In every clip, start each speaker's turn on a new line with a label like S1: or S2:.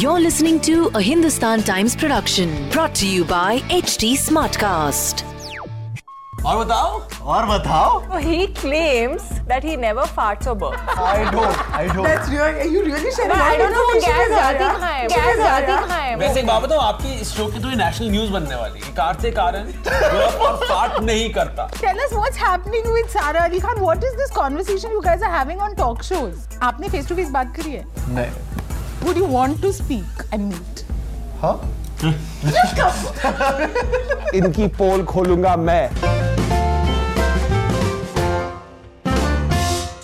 S1: You're listening to a Hindustan Times production brought to you by HD Smartcast.
S2: और बताओ और बताओ
S3: He claims that he never farts or burps.
S2: I don't I don't
S4: you really sharing
S3: But
S4: that
S3: I don't know वो gas
S4: information with us,
S3: जाती
S4: yeah?
S3: कहाँ है
S4: Gaz
S3: gas जाती
S4: Zara?
S3: कहाँ है
S5: वैसे एक बात बताऊं आपकी इस शो की तो ये नेशनल न्यूज बनने वाली है कार से कारण burp और फाट नहीं करता
S4: Tell us what's happening with Sara Ali Khan. What is this conversation you guys are having on talk shows? आपने face to face बात करी है?
S2: नहीं
S4: Would you want to speak and meet?
S2: हाँ
S6: इनकी पोल खोलूंगा मैं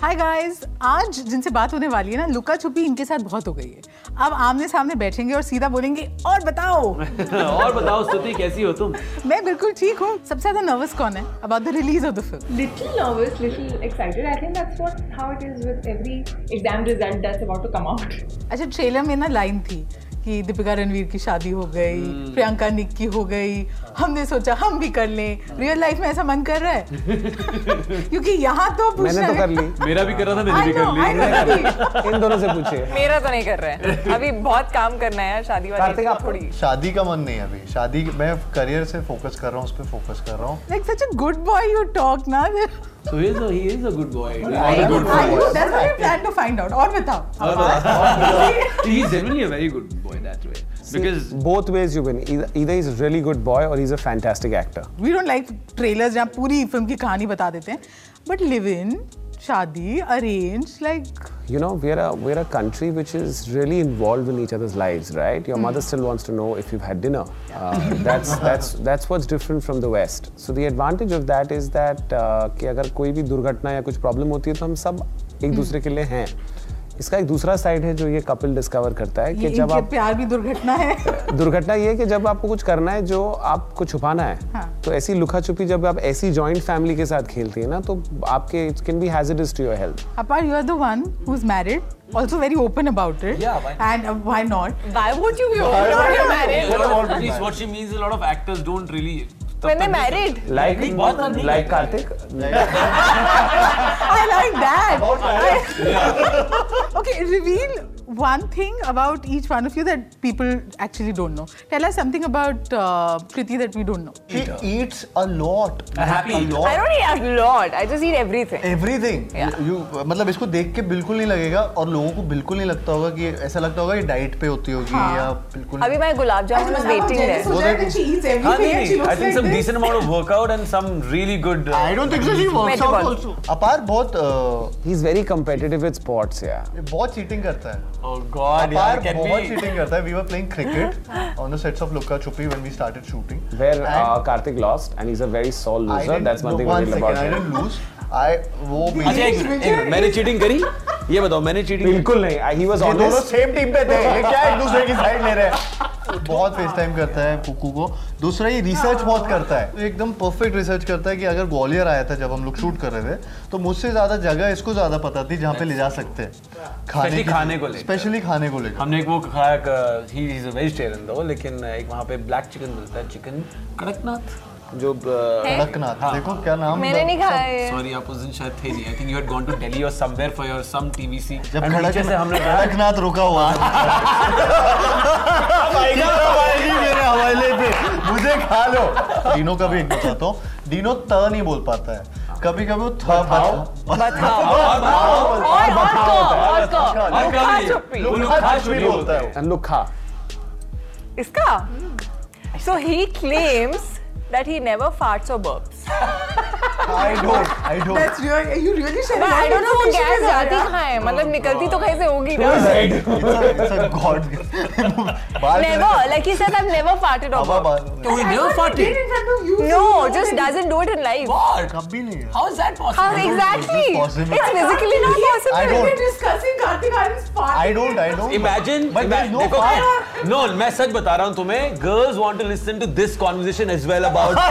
S4: Hi guys, आज जिनसे बात होने वाली है ना लुका छुपी इनके साथ बहुत हो गई है अब आमने सामने बैठेंगे और सीधा बोलेंगे और बताओ
S5: और बताओ स्तुति कैसी हो तुम
S4: मैं बिल्कुल ठीक हूँ सबसे ज्यादा नर्वस कौन है about the release of the film
S7: little nervous, little excited. I think that's what how it is with every exam result that's about to come out.
S4: अच्छा ट्रेलर में ना लाइन थी कि दीपिका रणवीर की शादी हो गई प्रियंका निक की हो गई हमने सोचा हम भी कर लें रियल लाइफ में ऐसा मन कर रहा है क्योंकि यहाँ तो
S6: मैंने
S4: पूछना
S6: तो कर
S4: है-
S6: ली
S5: मेरा भी कर रहा था
S4: I
S5: मैंने भी
S4: know,
S5: कर ली
S4: I know, I know.
S6: इन दोनों से पूछिए
S3: मेरा तो नहीं कर रहा है अभी बहुत काम करना है यार शादी वाली
S6: कार्तिक, आपको-
S3: थोड़ी
S2: शादी का मन नहीं है अभी शादी मैं करियर से फोकस कर रहा हूँ उस पर फोकस कर रहा हूँ
S4: Like such a good boy you talk ना
S5: so he is he is a good boy
S2: I am.
S5: Good
S4: Are
S5: boy
S4: you? That's what we plan to find out. और बताओ
S5: he is generally a very good boy that way because
S6: both ways you win either, either he's a really good boy or he's a fantastic actor
S4: we don't like trailers जहाँ पूरी फिल्म की कहानी बता देते हैं बट लिव इन शादी arrange like
S6: you know we're a we're a country which is really involved in each other's lives right your mother still wants to know if you've had dinner uh, that's that's that's what's different from the west so the advantage of that is that uh, कि अगर कोई भी दुर्घटना या कुछ problem होती है तो हम सब
S4: हम्म।
S6: एक दूसरे के लिए हैं इसका एक दूसरा साइड है जो ये कपिल डिस्कवर करता है
S4: ये
S6: कि जब
S4: इनके
S6: आप
S4: प्यार भी दुर्घटना है
S6: दुर्घटना ये है कि जब आपको कुछ करना है जो आपको छुपाना है
S4: हाँ।
S6: तो ऐसी लुखा छुपी जब आप ऐसी जॉइंट फैमिली के साथ खेलती है ना तो आपके it can be hazardous to your health
S4: Apart, you are the one who's married, also very open about it.
S5: Yeah, why not?
S4: And uh, why not?
S3: Why would you be open when you're married?
S5: what she means a lot of actors don't really
S3: When they're married.
S6: Like
S5: नहीं, बहुत बार नहीं
S6: like
S5: करता है।
S6: Kartik
S4: I like that. I- okay, reveal one thing about each one of you that people actually don't know. Tell us something about uh, Kriti that we don't know.
S2: he eats a lot
S5: A happy
S2: a
S5: eater.
S3: I
S2: lot
S3: don't eat a lot. I just eat everything.
S2: Everything you मतलब इसको देख के बिल्कुल नहीं लगेगा और लोगों को बिल्कुल नहीं लगता होगा कि ऐसा लगता होगा ये डाइट पे होती होगी या बिल्कुल
S3: अभी मैं gulab jamun was waiting there.
S2: Well,
S4: that
S2: then-
S4: she eats everything
S5: हाँ नहीं
S4: and she
S5: नहीं
S4: looks
S5: I think
S4: like
S5: some
S4: this.
S5: Decent amount of workout and some really good
S2: I don't think so she works out
S3: Metabolic.
S2: Also अपार बहुत uh,
S6: he is very competitive with sports या
S2: बहुत cheating करता है
S5: ओह God
S2: अपार
S5: हाँ, यार can
S2: बहुत चीटिंग करता है we were playing cricket on the sets of Luka Chuppi when we started shooting
S6: where Kartik lost and he is a very sore loser that's one thing
S2: one
S6: real
S2: second,
S6: about
S2: I
S6: him
S2: didn't lose. I वो भी
S5: अच्छा एक minute एक minute मैंने cheating करी ये बताओ मैंने चीटिंग
S6: बिल्कुल नहीं ही वाज
S2: ये दोनों
S6: ऑनेस्ट
S2: सेम टीम पे थे ये क्या एक दूसरे की साइड ले रहे हैं बहुत फेस टाइम करता है कुकू को दूसरा ये रिसर्च बहुत करता है एकदम परफेक्ट रिसर्च करता है कि अगर ग्वालियर आया था जब हम लोग शूट कर रहे थे तो मुझसे ज्यादा जगह इसको ज्यादा पता थी जहाँ पे ले जा सकते हैं
S5: Especially खाने को लेकर। हाँ।
S2: स्पेशली खाने को लेकर
S5: हमने एक uh, वो खाया ही इज अ वेजिटेरियन दो लेकिन uh, एक वहाँ पे ब्लैक चिकन मिलता है चिकन कड़कनाथ जो
S2: कड़कनाथ
S5: हाँ।
S2: देखो क्या नाम
S3: मैंने नहीं खाया है।
S5: सॉरी आप उस दिन शायद थे नहीं I think you had gone to Delhi और somewhere for your some TVC
S2: जब
S5: नीचे से हमने
S2: खड़क- कड़कनाथ रुका हुआ आएगी मेरे हवाले पे मुझे खा लो डीनो का भी एक बताता हूँ डीनो त नहीं बोल पाता है कभी कभी वो था
S3: बताओ और और को और को लुका छुपी
S2: लुखा छुपी बोलता है वो।
S6: लुखा
S3: इसका so he claims that he never farts or burps
S2: I don't. I don't.
S4: That's real. Are you really sharing
S3: I
S4: that
S3: don't know वो
S4: information
S3: गैस
S4: with
S3: जाती
S4: Zara?
S3: कहाँ है मतलब निकलती तो कैसे होगी ना
S2: It's a, it's a god gift. बाल
S3: never like he said I have never farted
S2: बाबा
S3: ओवर
S2: बाल
S5: So we never farted.
S4: In front of you.
S3: No just doesn't do it in life
S5: What?
S2: कभी नहीं है
S5: How is that possible?
S3: How exactly
S2: It's
S3: it's
S2: possible.
S3: Physically not
S2: I
S3: possible
S2: don't.
S4: We're discussing Kartik Aryan's part.
S2: I don't. I don't.
S5: Imagine,
S2: But there's
S5: ima-
S2: no
S5: देखो,
S2: fart.
S5: no, मैं सच बता रहा हूँ तुम्हें. Girls want to listen to this conversation as well about.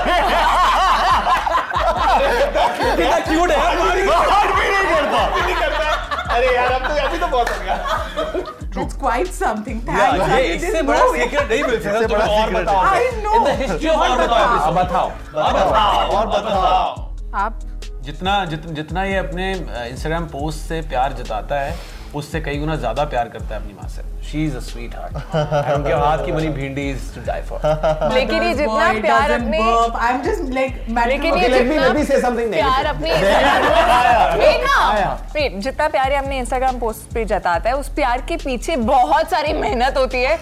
S5: कितना cute है यार तुम्हारी.
S2: Fart भी नहीं करता. नहीं करता. अरे यार अब तो अभी तो बहुत हो गया.
S4: That's quite something.
S5: Yeah,
S4: Thanks.
S5: ये
S4: Aryan.
S5: इससे
S4: There's
S5: बड़ा
S4: no way.
S5: secret नहीं मिल सकता
S2: इससे
S5: तुम्हें
S2: बड़ा
S5: और
S2: secret
S5: बताओ.
S4: I know.
S5: In the history of और बताओ. अब बताओ. अब बताओ.
S2: और बताओ.
S4: आप
S5: जितना जित, जितना ये अपने इंस्टाग्राम पोस्ट से प्यार जताता है उससे कई गुना ज्यादा प्यार करता है अपनी माँ से she is a sweetheart उनके हाथ की बनी bhindi is to die for
S3: लेकिन ये
S4: Mother's
S3: जितना
S4: boy
S3: प्यार
S4: doesn't
S3: अपने
S4: burp. I'm just like
S3: लेकिन ये
S4: matrimonial-
S6: let me
S3: जितना
S6: let me say something
S3: प्यार
S6: negative.
S3: अपने Wait ना Wait, जितना प्यार ये अपने इंस्टाग्राम पोस्ट पे जताता है उस प्यार के पीछे बहुत सारी मेहनत होती है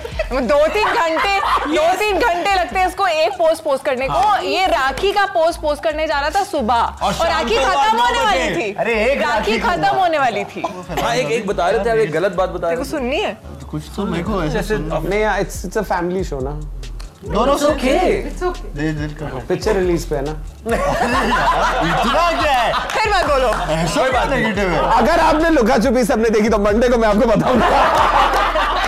S3: दो तीन घंटे दो तीन घंटे लगते हैं इसको एक पोस्ट पोस्ट करने को ये राखी का पोस्ट पोस्ट करने जा रहा था सुबह
S5: और
S3: और
S5: शाम
S3: राखी
S5: को रात
S3: खत्म
S5: नौ
S3: होने
S5: बजे।
S3: वाली थी
S2: अरे, एक
S3: राखी
S2: राखी को
S3: खत्म
S2: हुआ।
S3: होने वाली थी तेरे
S5: हाँ एक एक बता रहे थे आप एक गलत बात बता
S3: को
S5: रहे
S3: सुननी है
S2: कुछ तो मेरे को ऐसे
S5: थे जैसे
S6: नहीं uh, यार it's it's a family show ना
S2: दोनों से ओके
S4: It's okay.
S2: दे दिल करो
S6: पिक्चर रिलीज पे है ना
S2: इतना क्या है
S3: फिर मत बोलो
S2: ऐसा क्या नेगेटिव है
S6: अगर आपने लुका छुपी सबने देखी तो मंडे को मैं आपको बताऊंगा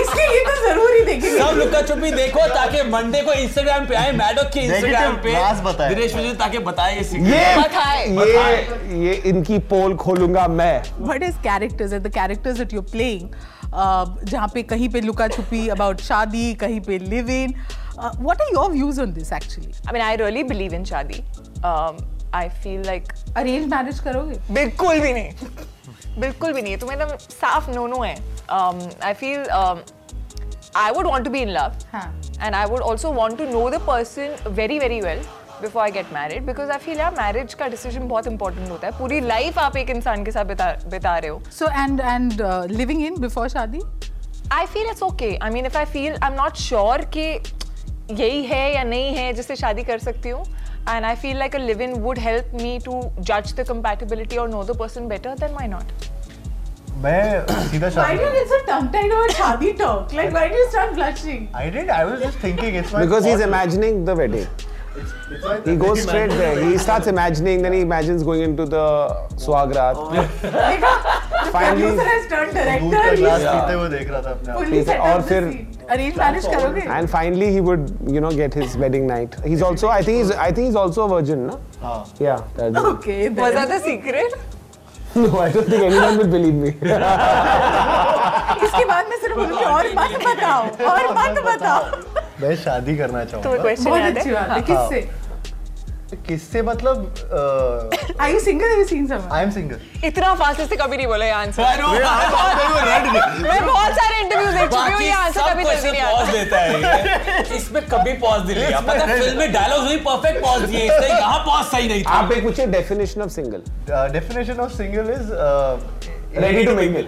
S4: इसलिए ये तो जरूर ही देखेंगे
S5: सब लुका छुपी देखो ताकि मंडे को इंस्टाग्राम पे आए मैडम के इंस्टाग्राम
S2: Negative
S5: पे
S2: class बताए।
S5: दिनेश विजय ताकि बताए ये secret।
S6: ये
S3: बताए।
S6: ये ये इनकी पोल खोलूंगा मैं
S4: what is characters and the characters that you're playing uh, जहाँ पे कहीं पे लुका छुपी about शादी कहीं पे live in uh, what are your views on this actually
S3: I mean I really believe in शादी Um, I feel like
S4: arranged marriage करोगे
S3: बिल्कुल भी नहीं बिल्कुल भी नहीं तुम्हें एकदम साफ नो नो है Um, I feel I would want to be in love
S4: हाँ.
S3: And I would also want to know the person very very well before I get married because I feel यार marriage का decision बहुत important होता है पूरी life आप एक इंसान के साथ बिता बिता रहे हो
S4: so and and uh, living in before शादी
S3: I feel it's okay I mean if I feel I am not sure कि यही है या नहीं है जिससे शादी कर सकती हूँ and I feel like a live in would help me to जज द कंपेटेबिलिटी और know the person better than my not
S2: मैं सीधा
S4: why do
S2: शादी
S4: you get so tongue tied about शादी talk like why do you start blushing
S2: I did. I was just thinking. It's my
S6: because he's
S2: thought.
S6: imagining the wedding
S2: It's my-
S6: he goes straight there he starts imagining then he imagines going into the
S2: Oh.
S6: swagrat finally
S4: producer has turned
S2: दूध का
S4: director
S2: glass
S4: he's
S2: पीते हुए देख रहा था अपने आप
S4: fully set
S6: और
S4: up the
S6: फिर-
S4: scene arranged marriage करोगे
S6: and finally he would you know get his wedding night he's also i think he's i think he's also a virgin na
S2: हाँ.
S6: yeah that's
S4: okay
S3: Was
S4: then.
S3: that the secret?
S6: no i don't think anyone will believe me
S4: इसके बाद मैं सिर्फ बोलूंगी और मत बताओ और मत बताओ
S2: मैं शादी करना
S3: तुम्हें
S2: चाहूंगा
S3: क्वेश्चन
S4: बहुत
S3: याद
S4: अच्छी
S3: है
S4: बात है किससे
S2: किससे मतलब
S4: are you single or you seeing someone
S2: I am single
S3: इतना फास्ट से कभी नहीं बोला ये आंसर
S5: I know,
S3: तो मैं बहुत सारे इंटरव्यू देख चुकी हूँ
S5: बाकी
S3: ये आंसर
S5: सब
S3: कभी
S5: क्वेश्चन पॉज
S3: जल्दी नहीं आता
S5: देता है ये। इसमें कभी पॉज नहीं लिया पता फिल्म में डायलॉग भी परफेक्ट पॉज दिए इसने यहाँ पॉज सही नहीं था
S6: आप एक पूछिए definition of single
S2: Uh, definition of single is
S6: ready to mingle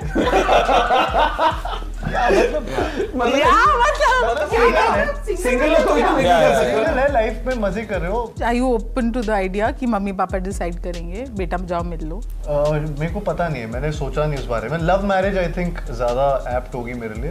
S3: क्या मतलब
S6: सिंगल हो तो ही mingle कर सकते हो।
S2: सिंगल है लाइफ में मजे कर रहे हो
S4: I you open to the idea कि मम्मी पापा डिसाइड करेंगे बेटा जाओ मिल लो
S2: Uh, मेरे को पता नहीं है मैंने सोचा नहीं उस बारे में लव मैरिज आई थिंक ज्यादा एप्ट होगी मेरे लिए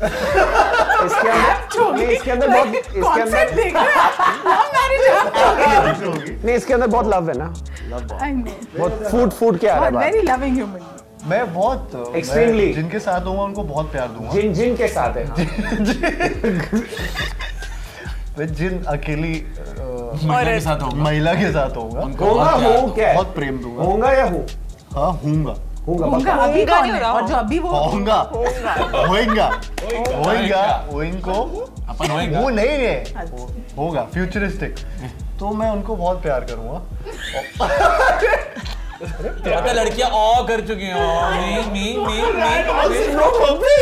S6: इसके
S2: तो
S6: अंदर नहीं, इसके अंदर बहुत इसके
S4: कॉन्सेप्ट
S6: अंदर
S4: देख रहे हो लव
S2: होगी
S6: नहीं इसके अंदर बहुत लव है ना
S4: मैरिज
S6: बहुत फूड फूड के आ रहा है बाहर।
S4: वेरी लविंग ह्यूमन
S2: मैं बहुत uh, मैं
S6: Extremely.
S2: जिनके साथ हूँ उनको बहुत प्यार दूंगा
S6: जिन जिन के साथ है हाँ।
S2: मैं जिन अकेली uh,
S5: महिला के साथ होगा
S2: महिला के साथ होगा
S6: होगा हो क्या
S2: बहुत प्रेम दूंगा
S6: होगा या हो
S2: हाँ हूँगा
S6: होगा
S4: उनका अभी
S3: उनका
S4: कौन
S3: नहीं
S4: है
S3: रहा।
S4: और जो अभी वो
S2: होगा होएगा होएगा वो इनको
S5: अपन होएगा।
S2: वो नहीं है वो होगा फ्यूचरिस्टिक तो मैं उनको बहुत प्यार करूंगा
S5: पता लड़कियां और कर चुकी हैं oh, me me me me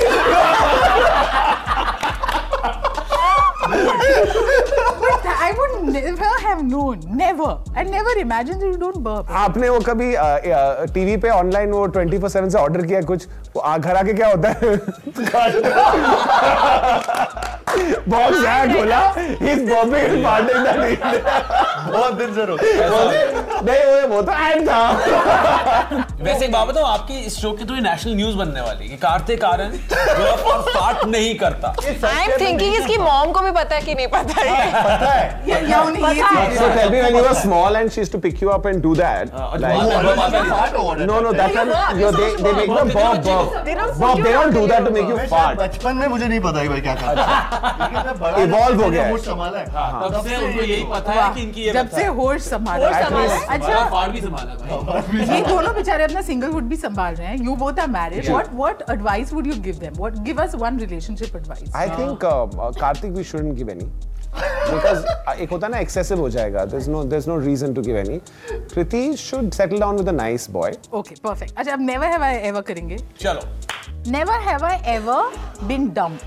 S4: I would never have known never I never imagine you don't burp
S6: आपने वो कभी टीवी पे ऑनलाइन वो 24/7 से ऑर्डर किया कुछ वो आ घर आके क्या होता है Bob Zag बोला he's bombing and parting that
S2: बहुत दिन से रोक
S6: नहीं वो वो तो ad था
S5: वैसे एक बात बताओ आपकी इस शो की तो ये नेशनल न्यूज बनने वाली है कि कार्तिक आर्यन गोवा पर पार्ट नहीं करता
S3: आई एम थिंकिंग इसकी मॉम को भी पता है कि नहीं पता है
S2: पता है
S4: या- या उन्हें ये
S6: so tell me when you were small and she used to pick you up and do that like
S5: Bob-
S6: no no that's when you they they make them bob bob bob they don't do that to make you
S2: मैं शायद
S6: fart
S2: बचपन में मुझे नहीं पता कि भाई क्या खाता है। लेकिन मैं बड़ा
S6: Evolve
S2: होने के
S6: हो गया
S2: बाद
S6: है।
S2: मूड संभाला है। हाँ।
S5: तब से उनको यही पता है कि इनकी ये
S4: जब से होश संभाला
S3: होश संभाला
S4: है।
S3: है।
S4: अच्छा
S5: पार्ट भी संभाला भाई
S4: ये दोनों बेचारे अपना सिंगलहुड भी संभाल रहे हैं you both are married what what advice would you give them what give us one relationship advice
S6: I think uh, uh, Karthik we shouldn't give any. because uh, एक होता है ना एक्सेसिव हो जाएगा there's no there's no reason to give any kriti should settle down with a nice boy
S4: okay perfect अच्छा अब never have I ever करेंगे
S5: चलो
S4: never have I ever been dumped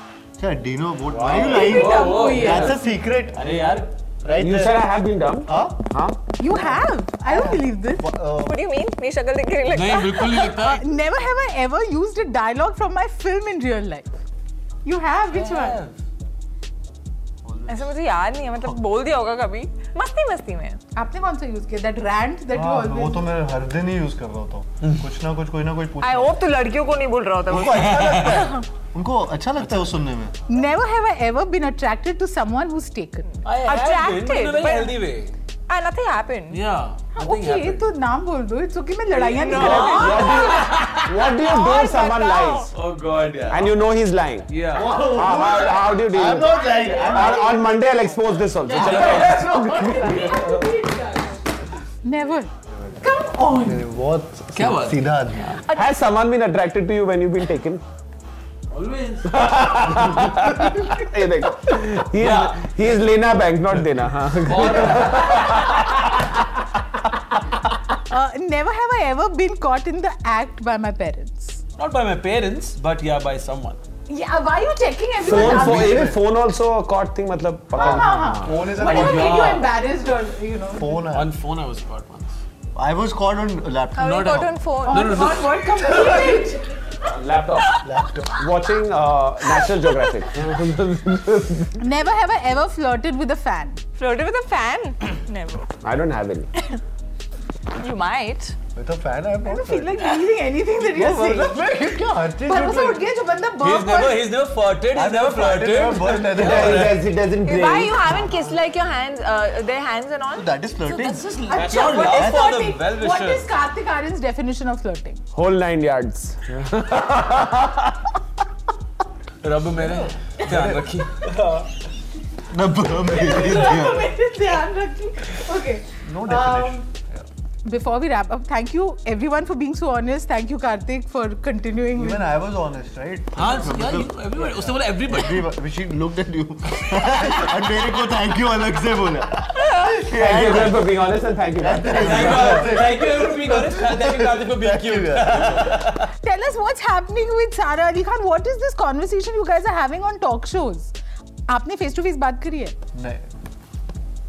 S2: अच्छा डीनो वोट वाई लाइक
S4: dumb हुई है।
S2: That's a secret
S5: अरे यार
S2: right
S6: you said I have been dumb
S2: Uh-huh. हाँ?
S4: You have I don't believe this
S3: what do you mean मेरी शक्ल देख के नहीं लगता
S5: नहीं बिल्कुल नहीं लगता
S4: never have I ever used a dialogue from my film in real life you have which one
S3: ऐसे मुझे याद नहीं है मतलब बोल दिया होगा कभी मस्ती मस्ती में
S4: आपने कौन सा यूज किया दैट रैंट दैट यू
S2: हाँ, वो
S4: ऑलवेज
S2: तो मैं हर दिन ही यूज कर रहा होता हूँ कुछ ना कुछ कोई ना कोई पूछ
S3: आई होप तू लड़कियों को नहीं बोल रहा होता
S2: उनको अच्छा लगता है उनको अच्छा लगता है वो सुनने में
S4: never have I ever been attracted to someone who is taken
S3: Attracted, but-
S5: healthy way
S3: I nothing happened
S5: या
S4: ओके तो नाम बोल दो इट्स ओके मैं लड़ाइयां नहीं कर रही
S6: what do you what do you do if someone lies
S5: oh god यार
S6: and you know he's lying
S5: या
S6: how, how, how do you deal with it? on, on Monday I'll expose this also चलो
S4: never
S2: बहुत
S5: क्या बात है?
S2: सीधा आदमी है।
S6: has someone been attracted to you when you've been taken
S5: always
S6: ये देखो he is
S5: Yeah.
S6: he is lena bank not dena हाँ
S4: never have I ever been caught in the act by my parents
S5: not by my parents but या by someone
S4: या why you taking
S6: phone
S4: everyone
S6: phone even phone also a caught thing मतलब
S4: हां
S6: पकड़
S4: हां हां
S2: Phone is
S4: but
S2: an-
S4: make you embarrassed और you know
S2: phone है।
S5: on Oh, phone i was caught once
S2: I was caught on laptop.
S5: Not
S3: caught on
S5: at
S3: phone
S5: no, no.
S4: Not what complete
S6: laptop watching uh, National Geographic
S4: never have I ever flirted with a fan
S3: floated with a fan never
S6: I don't have any
S3: you might
S2: With a तो fan, I
S4: I
S2: bought
S4: feel like believing anything that you are saying
S2: क्या हर चीज
S4: पर वो उठ गया जो बंदा
S5: he's
S4: बर्फ
S5: never he's never flirted he's never flirted
S6: it doesn't
S3: Why you haven't kissed like your hands, uh, their hands and all?
S2: That is flirting.
S5: That's
S4: अच्छा
S5: your love
S4: what is
S5: for the
S4: flirting what
S5: well-wisher.
S4: Is Kartik Aaryan definition of flirting
S6: whole nine yards
S5: रब मेरे ध्यान रखिए
S2: No
S4: मेरे ध्यान रखिए okay
S2: definition.
S4: Before we wrap up, thank you everyone for being so honest. Thank you, Karthik, for continuing. with-
S2: Even I was honest, right? मतलब
S5: हाँ यार एवरीबॉडी उसने बोला everybody
S2: Everybody- She looked at you. और मेरे को thank you अलग से बोला.
S6: thank you sir for being honest and thank you
S5: thank you for being honest thank you Kartik for being cute
S4: Tell us what's happening with Sara Ali Khan. What is this conversation you guys are having on talk shows? आपने face to face बात करी है?
S2: नहीं.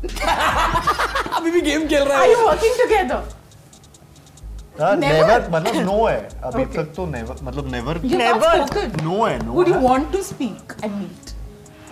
S5: अभी भी game खेल रहा
S4: Are
S5: है
S4: you working together?
S2: हाँ,
S4: Never?
S2: never मतलब no है अभी
S4: Okay.
S2: तक तो never मतलब never
S4: You've
S3: Never.
S4: not spoken.
S2: no है no
S4: Would you
S2: है.
S4: want to speak and meet?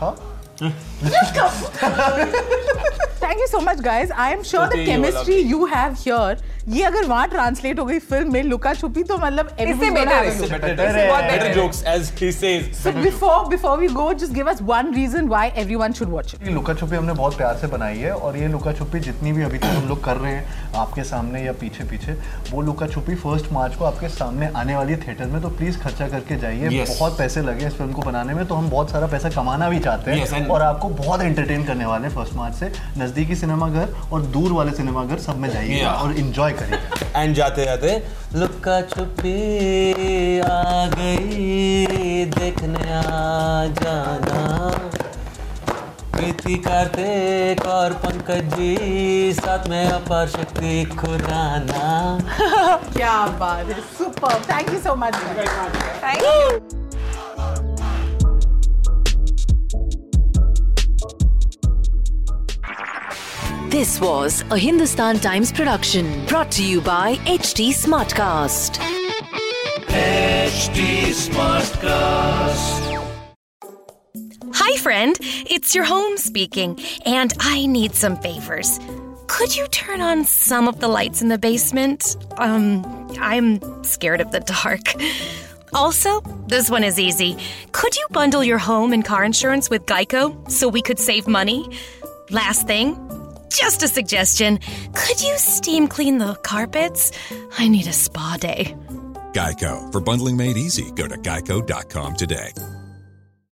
S2: हाँ?
S4: Just come. Thank you so much, guys. I am sure
S5: Okay,
S4: the
S5: you all
S4: chemistry you have here, ये अगर वहाँ translate हो गई film में लुका छुपी तो मतलब everybody's gonna
S3: better
S4: have a
S3: है,
S4: look.
S5: बेटर
S2: Better है.
S5: Better jokes as he says
S4: So before before we go, just give us one reason why everyone should watch it.
S2: ये लुका छुपी हमने बहुत प्यार से बनाई है और ये लुका छुपी जितनी भी अभी तक हम लोग कर रहे हैं आपके सामने या पीछे पीछे वो लुका छुपी फर्स्ट मार्च को आपके सामने आने वाली है थिएटर में तो प्लीज खर्चा करके जाइए
S5: Yes.
S2: बहुत पैसे लगे इस फिल्म को बनाने में तो हम बहुत सारा पैसा कमाना भी चाहते हैं
S5: Yes, and-
S2: और आपको बहुत एंटरटेन करने वाले हैं फर्स्ट मार्च से नजदीकी सिनेमाघर और दूर वाले सिनेमाघर सब में जाइए
S5: Yeah.
S2: और इंजॉय करिए
S5: एंड जाते जाते लुक्का छुपी आ गई देखने आ जाना प्रीति कार्तिक और पंकज जी साथ में अपार शक्ति खुराना
S4: क्या बात है super thank you so much
S3: Thank you.
S1: This was a Hindustan Times production brought to you by HT Smartcast.
S8: friend. It's your home speaking, and I need some favors. Could you turn on some of the lights in the basement? Um, I'm scared of the dark. Also, this one is easy. Could you bundle your home and car insurance with Geico so we could save money? Last thing, just a suggestion. Could you steam clean the carpets? I need a spa day.
S9: Geico. For bundling made easy, go to geico.com today.